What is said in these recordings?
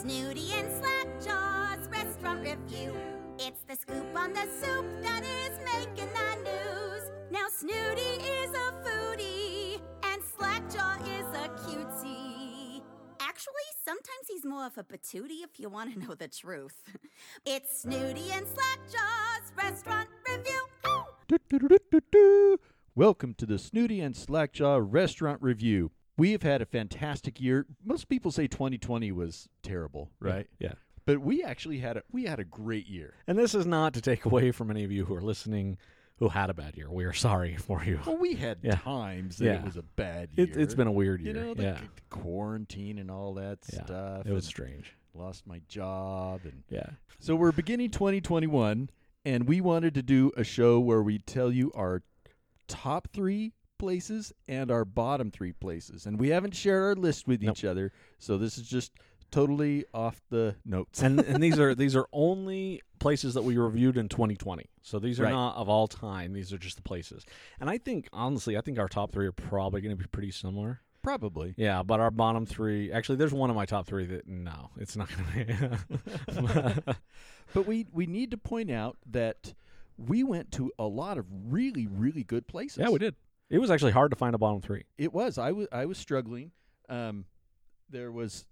Snooty and Slackjaw's restaurant review. It's the scoop on the soup that is making the news. Now Snooty is a foodie and Slackjaw is a cutie. Actually, sometimes he's more of a patootie if you want to know the truth. it's Snooty and Slackjaw's restaurant review. Ow! Do-do-do-do-do-do. Welcome to the Snooty and Slackjaw Restaurant Review. We have had a fantastic year. Most people say 2020 was terrible, right? Yeah. But we actually had a we had a great year. And this is not to take away from any of you who are listening who had a bad year. We are sorry for you. Well, we had Yeah. times that it Yeah. was a bad year. It, it's been a weird you year. know the, yeah. the quarantine and all that Yeah. stuff. It and was strange. lost my job and Yeah. So we're beginning 2021, and we wanted to do a show where we tell you our top three places and our bottom three places. And we haven't shared our list with Nope. each other, so this is just totally off the notes. and and these are these are only places that we reviewed in 2020. So these are Right. not of all time. These are just the places. And I think honestly, I think our top three are probably going to be pretty similar. Probably. Yeah, but our bottom three. Actually, there's one of my top three that no, it's not going to be. But we, we need to point out that we went to a lot of really, really good places. yeah, we did. It was actually hard to find a bottom three. It was. I was I was struggling. Um, there was,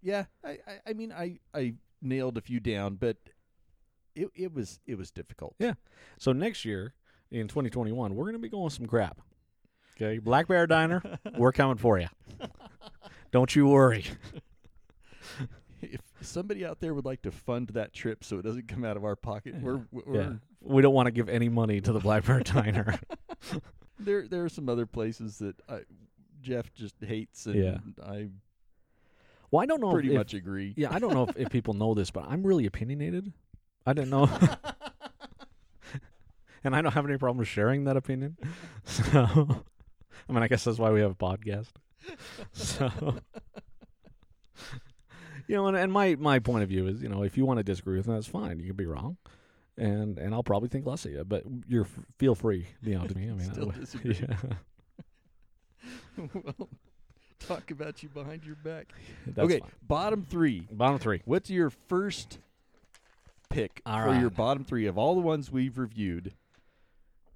yeah. I, I, I mean, I, I nailed a few down, but it it was it was difficult. Yeah. So next year in 2021, we're going to be going some crap. Okay, Black Bear Diner, we're coming for you. Don't you worry. If somebody out there would like to fund that trip, so it doesn't come out of our pocket, we're, we're Yeah. We don't want to give any money to the Black Bear Diner. there. There are some other places that I, Jeff just hates, and Yeah. I Well, I don't know. pretty if, much agree. Yeah, I don't know if, if people know this, but I'm really opinionated. I didn't know. and I don't have any problem sharing that opinion. So, I mean, I guess that's why we have a podcast. So, you know, and, and my, my point of view is, you know, if you want to disagree with me, that's fine. You can be wrong. And and I'll probably think less of you, but you're f- feel free, you know, to me. I mean, I Still would- disagree. yeah, well, talk about you behind your back. that's okay, fine. bottom three. Bottom three. What's your first pick All for your right. bottom three of all the ones we've reviewed?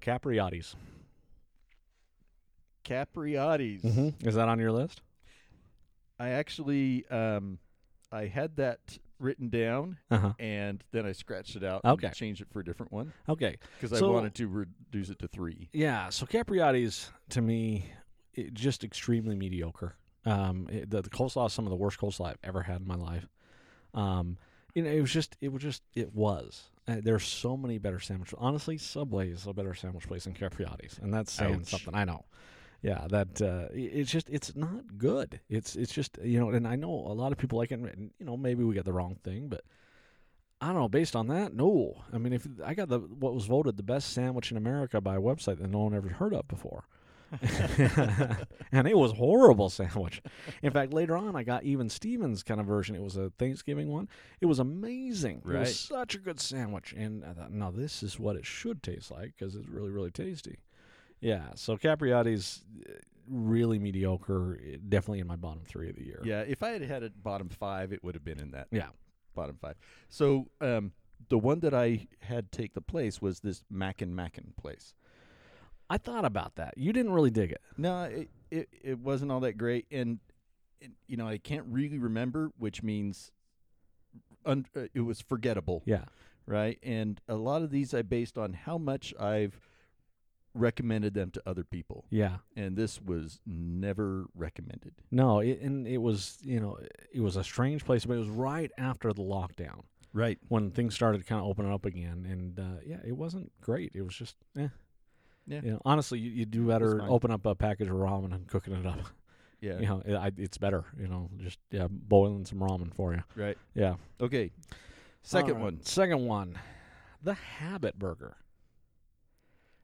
Capriati's. Capriati's. Is that on your list? I actually, um, I had that written down, Uh huh. and then I scratched it out. Okay. and changed it for a different one Okay. because I So- wanted to reduce it to three. Yeah, so Capriati's to me it, just extremely mediocre. Um, it- the, the coleslaw is some of the worst coleslaw I've ever had in my life. Um, you know, it was just, it was just, it was. Uh, there's so many better sandwiches. Honestly, Subway is a better sandwich place than Capriati's, and that's saying Ouch. something. I know. Yeah, that uh, i- it's just it's not good. It's it's just you know, and I know a lot of people like it. And, you know, maybe we got the wrong thing, but I don't know. Based on that, no. I mean, if I got the what was voted the best sandwich in America by a website that no one ever heard of before, and it was horrible sandwich. In fact, later on, I got even Stevens kind of version. It was a Thanksgiving one. It was amazing. It Right. was such a good sandwich, and I thought, no, this is what it should taste like because it's really really tasty. Yeah. So Capriati's uh, really mediocre. eh, Definitely in my bottom three of the year. Yeah, if I had had it bottom five, it would have been in that Yeah. bottom five. So um, the one that I had take the place was this Mackin Mackin place. I thought about that. You didn't really dig it. No, it, it it wasn't all that great, and, and you know I can't really remember, which means un, uh, it was forgettable, Yeah. right? And a lot of these I based on how much I've recommended them to other people, Yeah. and this was never recommended. No, it, and it was you know it was a strange place, but it was right after the lockdown Right. when things started kind of opening up again, and uh, yeah, it wasn't great. It was just eh. Yeah. You know, honestly, you, you do better fine. open up a package of ramen and cooking it up. Yeah. You know, it, I, it's better. You know, just yeah, boiling some ramen for you. Right. Yeah. Okay. Second All right, one. Second one, the Habit Burger.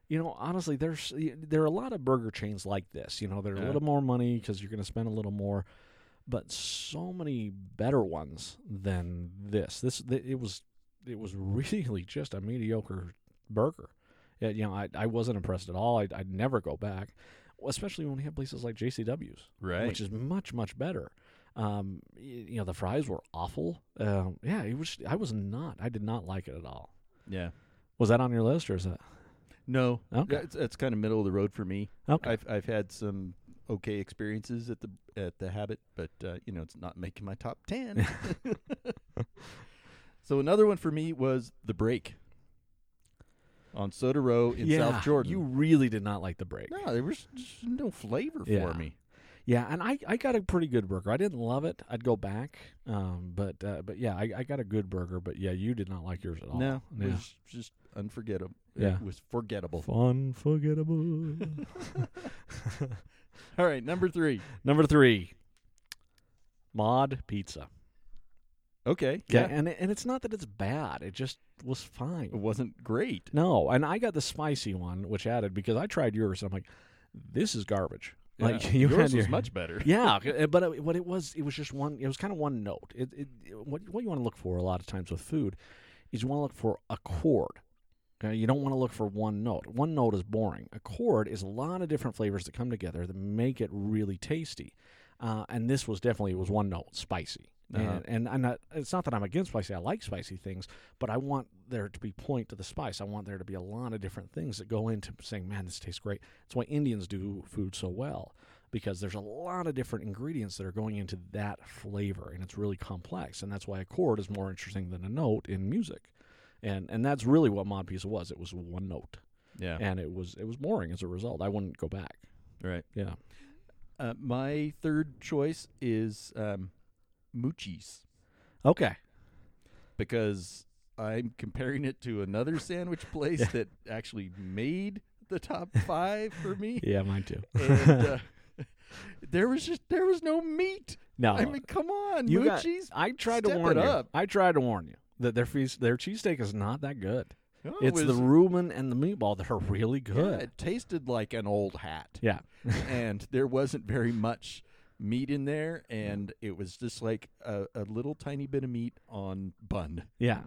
You know, honestly, there's there are a lot of burger chains like this. You know, they're Yeah. a little more money because you're going to spend a little more, but so many better ones than this. This th- it was it was really just a mediocre burger. Yeah, you know, I, I wasn't impressed at all. I'd, I'd never go back, especially when we have places like JCW's Right. which is much much better. Um, y- you know, the fries were awful. Um, yeah, it was. I was not. I did not like it at all. Yeah. Was that on your list or is that? No, Okay. that's, that's kind of middle of the road for me. Okay. I've I've had some okay experiences at the at the Habit, but uh, you know it's not making my top ten. so another one for me was the break on Soda Row in South Jordan. You really did not like the break. no, there was just no flavor Yeah. for me. Yeah, and I, I got a pretty good burger. I didn't love it. I'd go back. Um, but uh, but yeah, I, I got a good burger. But yeah, you did not like yours at all. No, it yeah. was just unforgettable. Yeah. It was forgettable. unforgettable. All right, number three. Number three, mod pizza. Okay, Yeah, yeah, and it, and it's not that it's bad. It just was it fine. wasn't great. No, and I got the spicy one, which added because I tried yours. and I'm like, this is garbage. Like Yeah, you Uh, yours had was your- much better. yeah, c- uh, but it, what it was, it was just one. It was kind of one note. It, it, it- what what you want to look for a lot of times with food is you want to look for a chord. Okay, you don't want to look for one note. One note is boring. A chord is a lot of different flavors that come together that make it really tasty. Uh, and this was definitely it was one note, spicy. Uh-huh. And, and I'm not. It's not that I'm against spicy. I like spicy things, but I want there to be point to the spice. I want there to be a lot of different things that go into saying, "Man, this tastes great." That's why Indians do food so well because there's a lot of different ingredients that are going into that flavor, and it's really complex. And that's why a chord is more interesting than a note in music, and and that's really what mod pizza was. It was one note, Yeah, and it was it was boring as a result. I wouldn't go back. right. Yeah. Uh, my third choice is um, Moochie's Okay. because I'm comparing it to another sandwich place that actually made the top five for me. Yeah, mine too. And, uh, there was just there was no meat. No. I mean, come on, You got- Moochie's. I tried to Step warn it you. up. I tried to warn you that their feast, their cheesesteak is not that good. No, Oh, it it's the was- rumen and the meatball that are really yeah, good. it tasted like an old hat, Yeah. and there wasn't very much meat in there, and it was just like a, a little tiny bit of meat on bun. Yeah.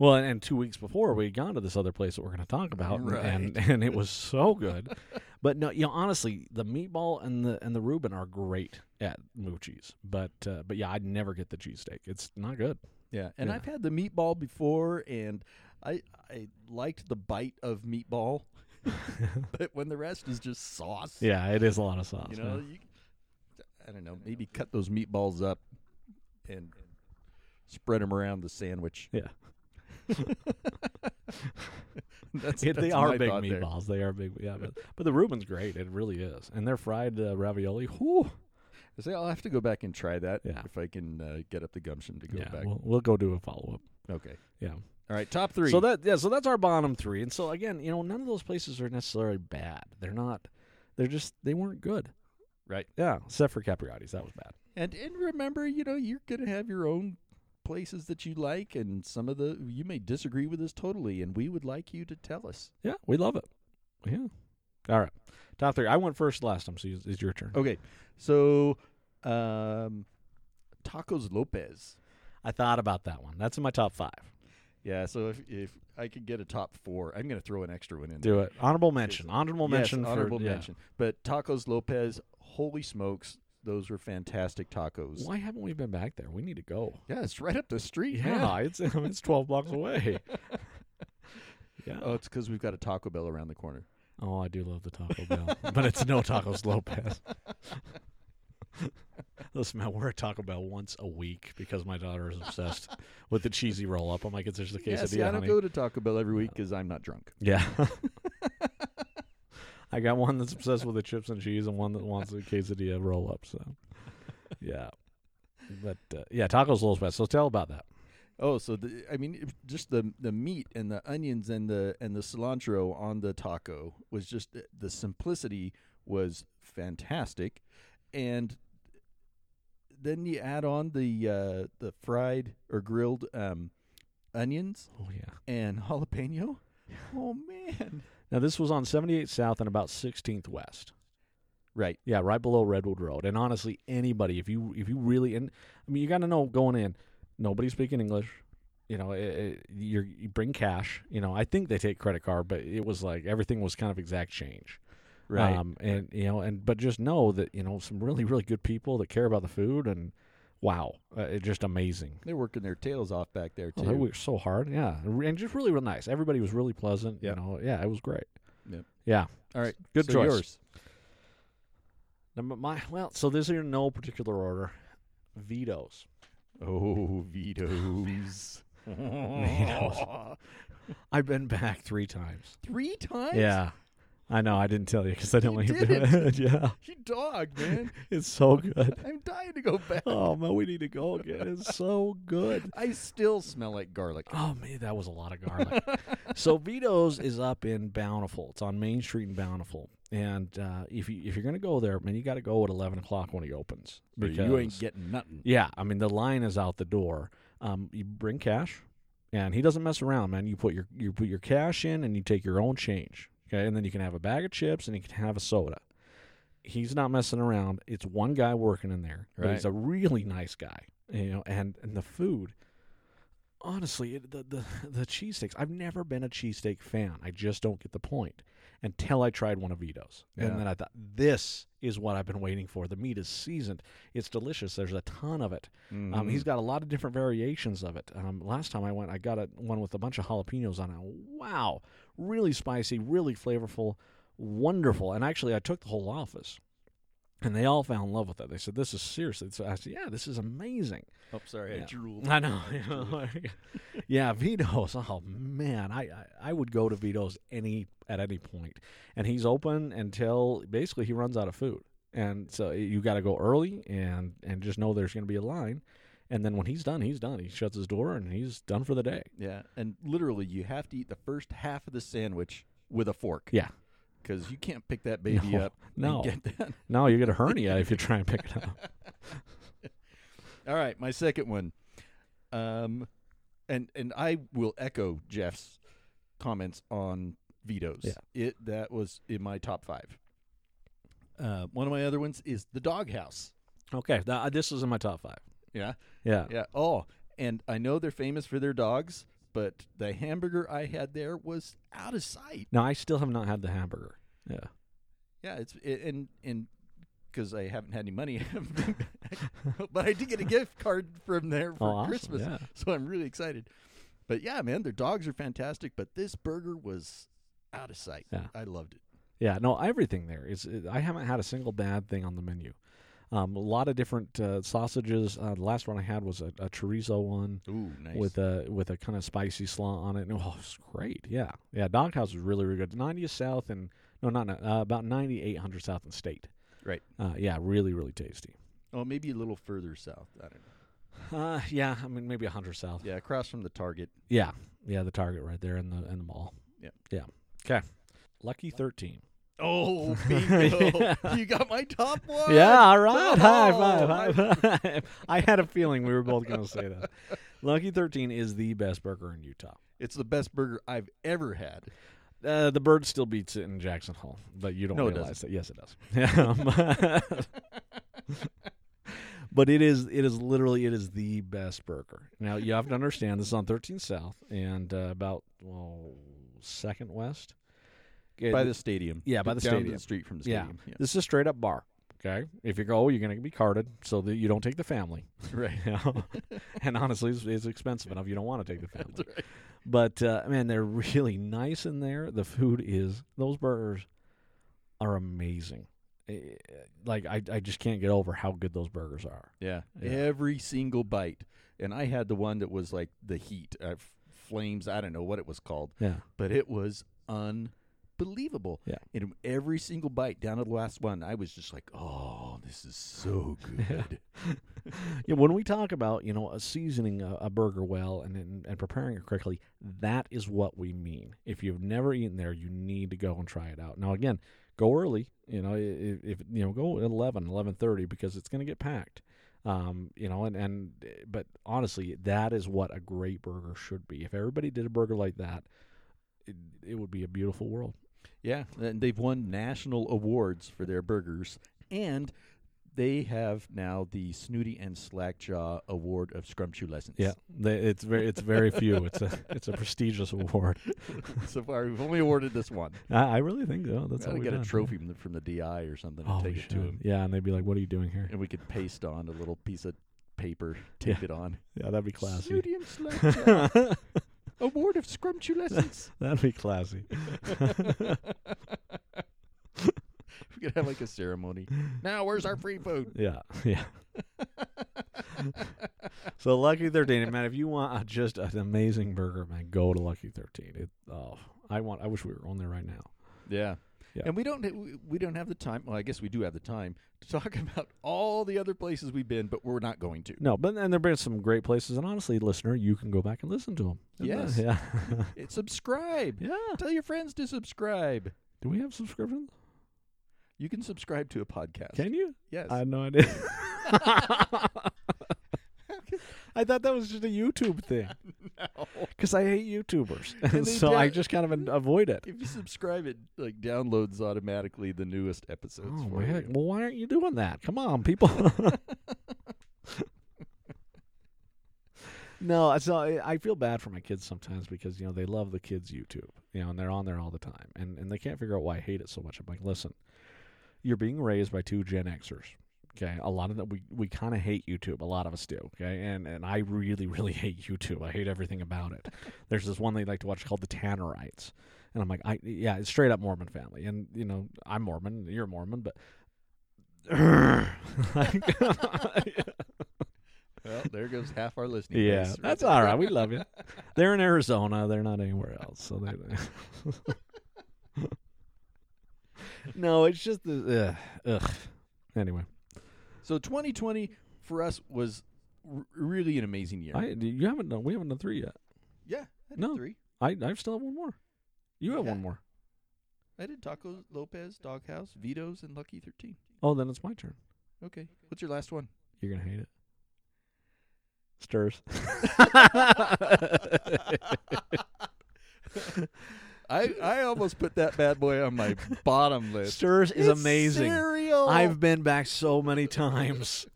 Well, and, and two weeks before we had gone to this other place that we're going to talk about, and- and and it was so good. but no, you know, honestly, the meatball and the and the Reuben are great at Moochie's, but uh, but yeah, I'd never get the cheesesteak. It's not good. Yeah, and Yeah. I've had the meatball before, and I I liked the bite of meatball, but when the rest is just sauce, Yeah, it is a lot of sauce. you know, you, I don't know, maybe cut those meatballs up and spread them around the sandwich. yeah. That's, Yeah, they that's are my big thought there. meatballs. They are big. Yeah, but, but the Reuben's great. It really is. And their fried uh, ravioli. Whew. I say I'll have to go back and try that Yeah. if I can uh, get up the gumption to go yeah, back. We'll, we'll go do a follow up. okay, Yeah. all right, top three. So that yeah, so that's our bottom three. And so again, you know, none of those places are necessarily bad. They're not. They're just they weren't good. Right. Yeah. Except for Capriati's, that was bad. And and remember, you know, you're gonna have your own places that you like, and some of the you may disagree with us totally, and we would like you to tell us. Yeah, we love it. Yeah. All right. Top three. I went first last time, so it's it's your turn. Okay, so um, tacos Lopez. I thought about that one. That's in my top five. Yeah, so if if I could get a top four, I'm gonna throw an extra one in. there. Do it. Honorable mention. Honorable Yes, mention. honorable for, yeah. mention. But tacos Lopez, holy smokes, those were fantastic tacos. Why haven't we been back there? We need to go. Yeah, it's right up the street. Yeah, man. it's it's twelve blocks away. yeah. Oh, it's because we've got a Taco Bell around the corner. Oh, I do love the Taco Bell, but it's no Tacos Lopez. Listen, man, we're at Taco Bell once a week because my daughter is obsessed with the cheesy roll up. I'm like, it's just a quesadilla, yeah, see, I don't honey. Uh, go to Taco Bell every week because I'm not drunk. yeah. I got one that's obsessed with the chips and cheese, and one that wants a quesadilla roll up. So, yeah. But uh, yeah, Tacos Lopez. So tell about that. Oh, so the, I mean, if- just the the meat and the onions and the and the cilantro on the taco was just the simplicity was fantastic, and then you add on the uh, the fried or grilled um, onions Oh yeah. and jalapeno. Oh man! Now this was on 78 South and about 16th West. Right. Yeah, right below Redwood Road. And honestly, anybody, if you if you really and I mean, you got to know going in, nobody's speaking English. You know, it, it, you're, you bring cash. You know, I think they take credit card, but it was like everything was kind of exact change. Right. Um, and you know, and but just know that you know some really really good people that care about the food and wow, uh, it- just amazing. They're working their tails off back there Oh, too. they worked so hard, yeah, and just really, real nice. Everybody was really pleasant. Yep. You know, yeah, it was great. Yep. Yeah, All right, Good so choice. Yours. Number my well, so these are in no particular order. Vetoes. Oh, vetoes. Vetoes. I've been back three times. Three times. Yeah, I know. I didn't tell you because I didn't You want you to do didn't. it. yeah, You dog, man. it's so good. I'm dying to go back. Oh man, we need to go again. It's so good. I still smell like garlic. Oh man, that was a lot of garlic. so Vito's is up in Bountiful. It's on Main Street in Bountiful. And uh, if you if you're gonna go there, man, you got to go at eleven o'clock when he opens. Or you ain't because- getting nothing. Yeah, I mean the line is out the door. Um, you bring cash, and he doesn't mess around, man. You put your you put your cash in, and you take your own change. Okay, and then you can have a bag of chips, and you can have a soda. He's not messing around. It's one guy working in there, but he's Right. a really nice guy, you know. And and the food, honestly, it, the the the cheesesteaks. I've never been a cheesesteak fan. I just don't get the point until I tried one of Vito's. Yeah. And then I thought, this is what I've been waiting for. The meat is seasoned. It's delicious. There's a ton of it. Mm-hmm. Um, he's got a lot of different variations of it. Um, last time I went, I got a, one with a bunch of jalapenos on it. Wow. Really spicy, really flavorful, wonderful. And actually, I took the whole office. And they all fell in love with it. They said, "This is seriously." So I said, "Yeah, this is amazing." Oh, sorry, Yeah. I drooled. I know. yeah, Vito's. Oh man, I, I I would go to Vito's any at any point, and he's open until basically he runs out of food, and so you got to go early and and just know there's going to be a line, and then when he's done, he's done. He shuts his door and he's done for the day. Yeah, and literally, you have to eat the first half of the sandwich with a fork Yeah. because you can't pick that baby No, up. and no. get that. No, you get a hernia if you try and pick it up. All right, my second one. Um, and and I will echo Jeff's comments on vetoes. Yeah. It that was in my top five. Uh, one of my other ones is the doghouse. Okay, th- this is in my top five. Yeah, Yeah. yeah. Oh, and I know they're famous for their dogs, but the hamburger I had there was out of sight. Now I still have not had the hamburger. Yeah. Yeah, it's it, and and because I haven't had any money, I haven't been back. but I did get a gift card from there for Oh, awesome, Christmas, yeah. so I'm really excited. But yeah, man, their dogs are fantastic. But this burger was out of sight. Yeah. I loved it. Yeah, no, everything there is. I haven't had a single bad thing on the menu. Um, a lot of different uh, sausages. Uh, the last one I had was a, a chorizo one Ooh, nice. with a with a kind of spicy slaw on it. And, oh, it's great. Yeah, yeah. Doghouse is really really good. 90th South and no, not ni- uh, about 9800 South and State. Right. Uh, yeah, really really tasty. oh, maybe a little further south. I don't know. Uh, yeah, I mean maybe 100 South. Yeah, across from the Target. yeah, yeah. The Target right there in the in the mall. Yep. yeah. Okay. Lucky 13. Oh, bingo! you got my top one. Yeah, all right. High Oh, five. I- High five. I had a feeling we were both going to say that. Lucky 13 is the best burger in Utah. It's the best burger I've ever had. Uh, the bird still beats it in Jackson Hole, but you don't No, it realize that. Yes, it does. Um, but it is it is literally it is the best burger. Now you have to understand this is on 13 South and uh, about well second west. Okay, by th- the stadium. yeah, by the Down stadium. the street from the Yeah. stadium. Yeah. this is a straight up bar. Okay, if you go, you're going to be carded so that you don't take the family. Right. you know? and honestly, it's, it's expensive enough. You don't want to take the family. But uh, man, they're really nice in there. The food is those burgers are amazing. Eh, Like I, I just can't get over how good those burgers are. Yeah. Yeah. Every single bite. And I had the one that was like the heat, uh, f- flames, I don't know what it was called, Yeah, but it was unbelievable. Yeah. And every single bite down to the last one, I was just like, oh, this is so good. yeah. When we talk about you know a seasoning a, a burger well and, and and preparing it correctly, that is what we mean. If you've never eaten there, you need to go and try it out. Now again, go early. You know, i- i- if, if you know, go at 11, 11.30 because it's going to get packed. Um, you know, and and eh, but honestly, that is what a great burger should be. If everybody did a burger like that, it, it would be a beautiful world. yeah. And they've won national awards for their burgers. And they have now the Snooty and Slackjaw Award of Scrumptiolescence. they, it's very it's very few. It's a it's a prestigious award. so far, we've only awarded this one. I, I really think so. That's Gotta what we get done. a trophy from the, from the DI or something and Oh, we take it to should. him. Yeah, and they'd be like, "What are you doing here?" and we could paste on a little piece of paper, tape it on. Yeah, that'd be classy. Sodium Slackjaw, that'd award of scrumptulescence. be classy. we could have like a ceremony. Now, where's our free food? Yeah, yeah. so Lucky Thirteen, man. If you want a- just an amazing burger, man, go to Lucky Thirteen. It, oh, I want. I wish we were on there right now. Yeah. Yeah. And we don't we- we don't have the time. Well, I guess we do have the time to talk about all the other places we've been, but we're not going to. No, but and they're bringing some great places. And honestly, listener, you can go back and listen to them. Yes. Yeah. It, subscribe. yeah. Tell your friends to subscribe. Do we have subscriptions? You can subscribe to a podcast. Can you? Yes. I had no idea. I thought that was just a YouTube thing No. because I hate YouTubers, And they so I do- just kind of an- avoid it. If you subscribe, it like downloads automatically the newest episodes. Oh for my heck! you. Well, why aren't you doing that? Come on, people. no, so I, I feel bad for my kids sometimes because you know they love the kids YouTube, you know, and they're on there all the time, and and they can't figure out why I hate it so much. I'm like, listen, you're being raised by two Gen Xers. Okay, a lot of that we, we kind of hate YouTube. A lot of us do. Okay, and and I really really hate YouTube. I hate everything about it. There's this one they like to watch called The Tannerites, and I'm like, I yeah, it's straight up Mormon family, and you know I'm Mormon, you're Mormon, but Well, there goes half our listening. yeah, base right that's there. all right. We love you. They're in Arizona. They're not anywhere else. So they. no, it's just the uh, ugh, ugh. Anyway, So 2020 for us was r- really an amazing year. I you haven't done. We haven't done three yet. yeah, I did No. three. I I still have one more. You have Yeah. one more. I did Taco Lopez, Doghouse, Vito's, and Lucky 13. Oh, then it's my turn. Okay. What's your last one? You're gonna hate it. Stirs. I I almost put that bad boy on my bottom list. Stirs is It's amazing. Cereal. I've been back so many times.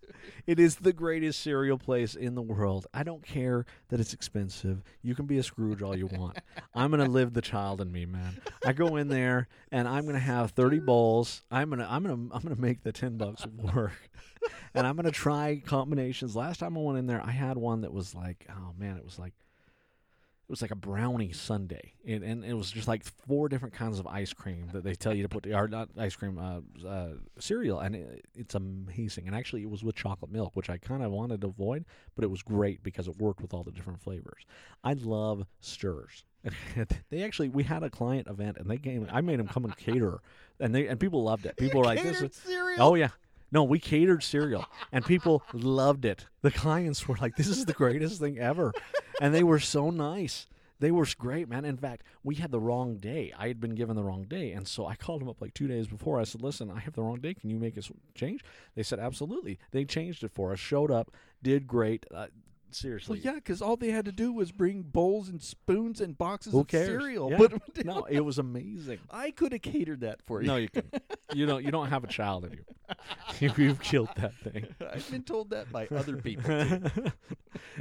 It is the greatest cereal place in the world. I don't care that it's expensive. You can be a Scrooge all you want. I'm gonna live the child in me, man. I go in there and I'm gonna have 30 bowls. I'm gonna I'm gonna I'm gonna make the 10 bucks work. And I'm gonna try combinations. Last time I went in there, I had one that was like, oh man, it was like it was like a brownie sundae, and, and it was just like four different kinds of ice cream that they tell you to put, or not ice cream, uh, uh, cereal, and it, it's amazing. And actually, it was with chocolate milk, which I kind of wanted to avoid, but it was great because it worked with all the different flavors. I love stirs. they actually, we had a client event, and they came. I made them come and cater, and they and people loved it. People were like, "This is cereal. Oh yeah. No, we catered cereal and people loved it. The clients were like, "This is the greatest thing ever." And they were so nice. They were s- great, man. In fact, we had the wrong day. I had been given the wrong day, and so I called them up like 2 days before. I said, "Listen, I have the wrong day. Can you make us change?" They said, "Absolutely." They changed it for us. Showed up, did great. Uh, Well, seriously. yeah, because all they had to do was bring bowls and spoons and boxes Who of cares? cereal. Yeah. But No, it was amazing. I could have catered that for you. No, you can. You don't. You don't have a child in you. You've killed that thing. I've been told that by other people.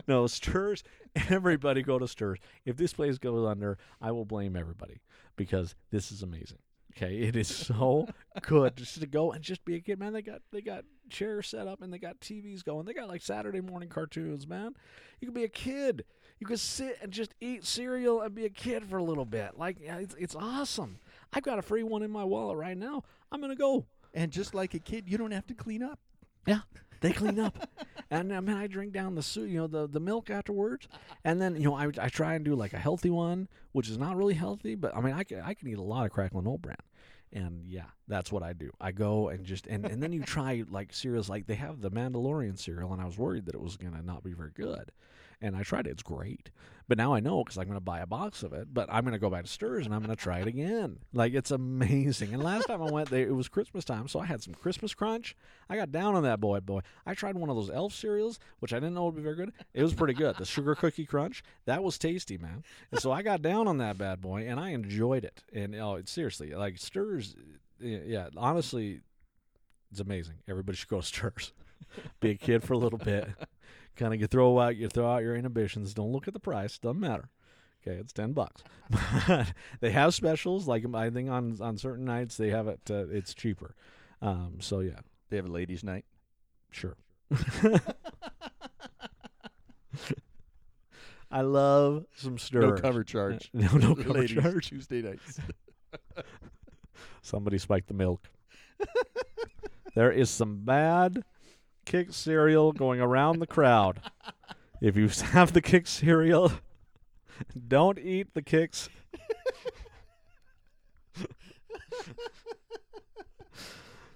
no, Stirs, everybody go to Stirs. If this place goes under, I will blame everybody because this is amazing. Okay, it is so good just to go and just be a kid, man. They got they got chairs set up and they got TVs going. They got like Saturday morning cartoons, man. You can be a kid. You can sit and just eat cereal and be a kid for a little bit. Like yeah, it's it's awesome. I've got a free one in my wallet right now. I'm gonna go. and just like a kid, you don't have to clean up. Yeah, they clean up, and I mean, I drink down the soup, you know, the, the milk afterwards, and then you know, I, I try and do like a healthy one, which is not really healthy, but I mean, I can I can eat a lot of crackling old bran, and yeah, that's what I do. I go and just and, and then you try like cereals, like they have the Mandalorian cereal, and I was worried that it was gonna not be very good, and I tried it. It's great, but now I know because I'm gonna buy a box of it, but I'm gonna go back to Stirrers and I'm gonna try it again. Like it's amazing. And last time I went there, it was Christmas time, so I had some Christmas crunch. I got down on that boy, boy. I tried one of those elf cereals, which I didn't know would be very good. It was pretty good. The sugar cookie crunch, that was tasty, man. And so I got down on that bad boy, and I enjoyed it. And oh, it's seriously like stirs. Yeah, yeah, honestly, it's amazing. Everybody should go to stirs. Be a kid for a little bit. Kind of you throw out you throw out your inhibitions. Don't look at the price. Doesn't matter. Okay, it's ten bucks. But they have specials. Like I think on on certain nights they have it. Uh, it's cheaper. Um, so yeah, They have a ladies' night. Sure. I love some stir. No cover charge. No, no cover Ladies, charge. Tuesday nights. Somebody spiked the milk. there is some bad kick cereal going around the crowd. If you have the kick cereal, don't eat the kicks.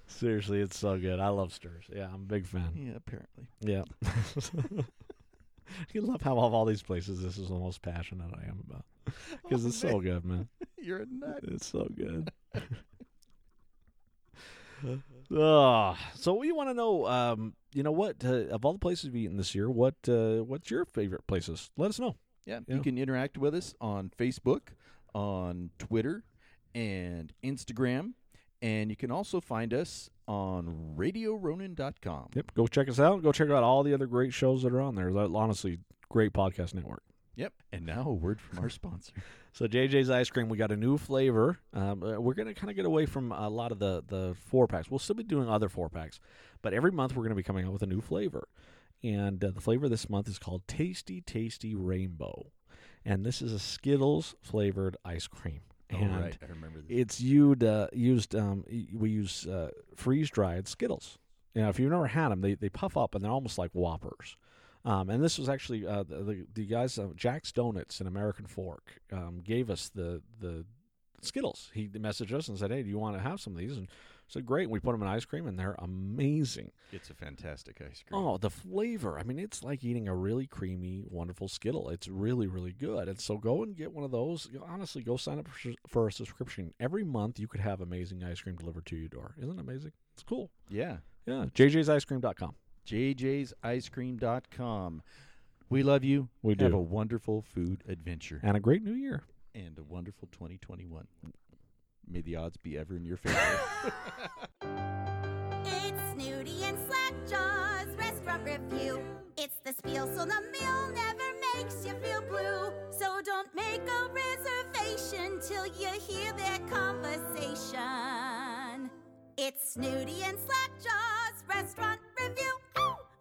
Seriously, it's so good. I love stirs. Yeah, I'm a big fan. yeah, apparently. Yeah. you love how of all these places this is the most passionate I am about. Because it's so good, man. You're a nut. It's so good. Ah, so we want to know, um, you know what? Uh, of all the places we've eaten this year, what uh, what's your favorite places? Let us know. Yeah, Yeah. you can interact with us on Facebook, on Twitter, and Instagram. And you can also find us on RadioRonin.com. Yep, go check us out. Go check out all the other great shows that are on there. That- Honestly, great podcast network. Yep. And now a word from our sponsor. So JJ's ice cream, we got a new flavor. Um, uh, we're gonna kind of get away from a lot of the the four packs. We'll still be doing other four packs, but every month we're gonna be coming out with a new flavor. And uh, the flavor this month is called Tasty Tasty Rainbow, and this is a Skittles flavored ice cream. And All right, I remember this. it's used uh, used um, y- we use uh, freeze dried Skittles. You know, if you've never had them, they, they puff up and they're almost like Whoppers. Um, and this was actually uh, the, the the guys uh, Jack's Donuts in American Fork um, gave us the the Skittles. He messaged us and said, "Hey, do you want to have some of these?" And I said, "Great." And we put them in ice cream, and they're amazing. It's a fantastic ice cream. Oh, the flavor! I mean, it's like eating a really creamy, wonderful Skittle. It's really, really good. And so, go and get one of those. You know, honestly, go sign up for, for a subscription. Every month, you could have amazing ice cream delivered to your door. Isn't it amazing? It's cool. Yeah. Yeah, JJ'sIceCream.com. JJ'sIceCream.com. We love you. We Have do. a wonderful food adventure And a great new year. and a wonderful 2021. May the odds be ever in your favor. It's Snooty and Slackjaw's restaurant review. It's the spiel, so the meal never makes you feel blue. So don't make a reservation till you hear their conversation. It's Snooty and Slackjaw's restaurant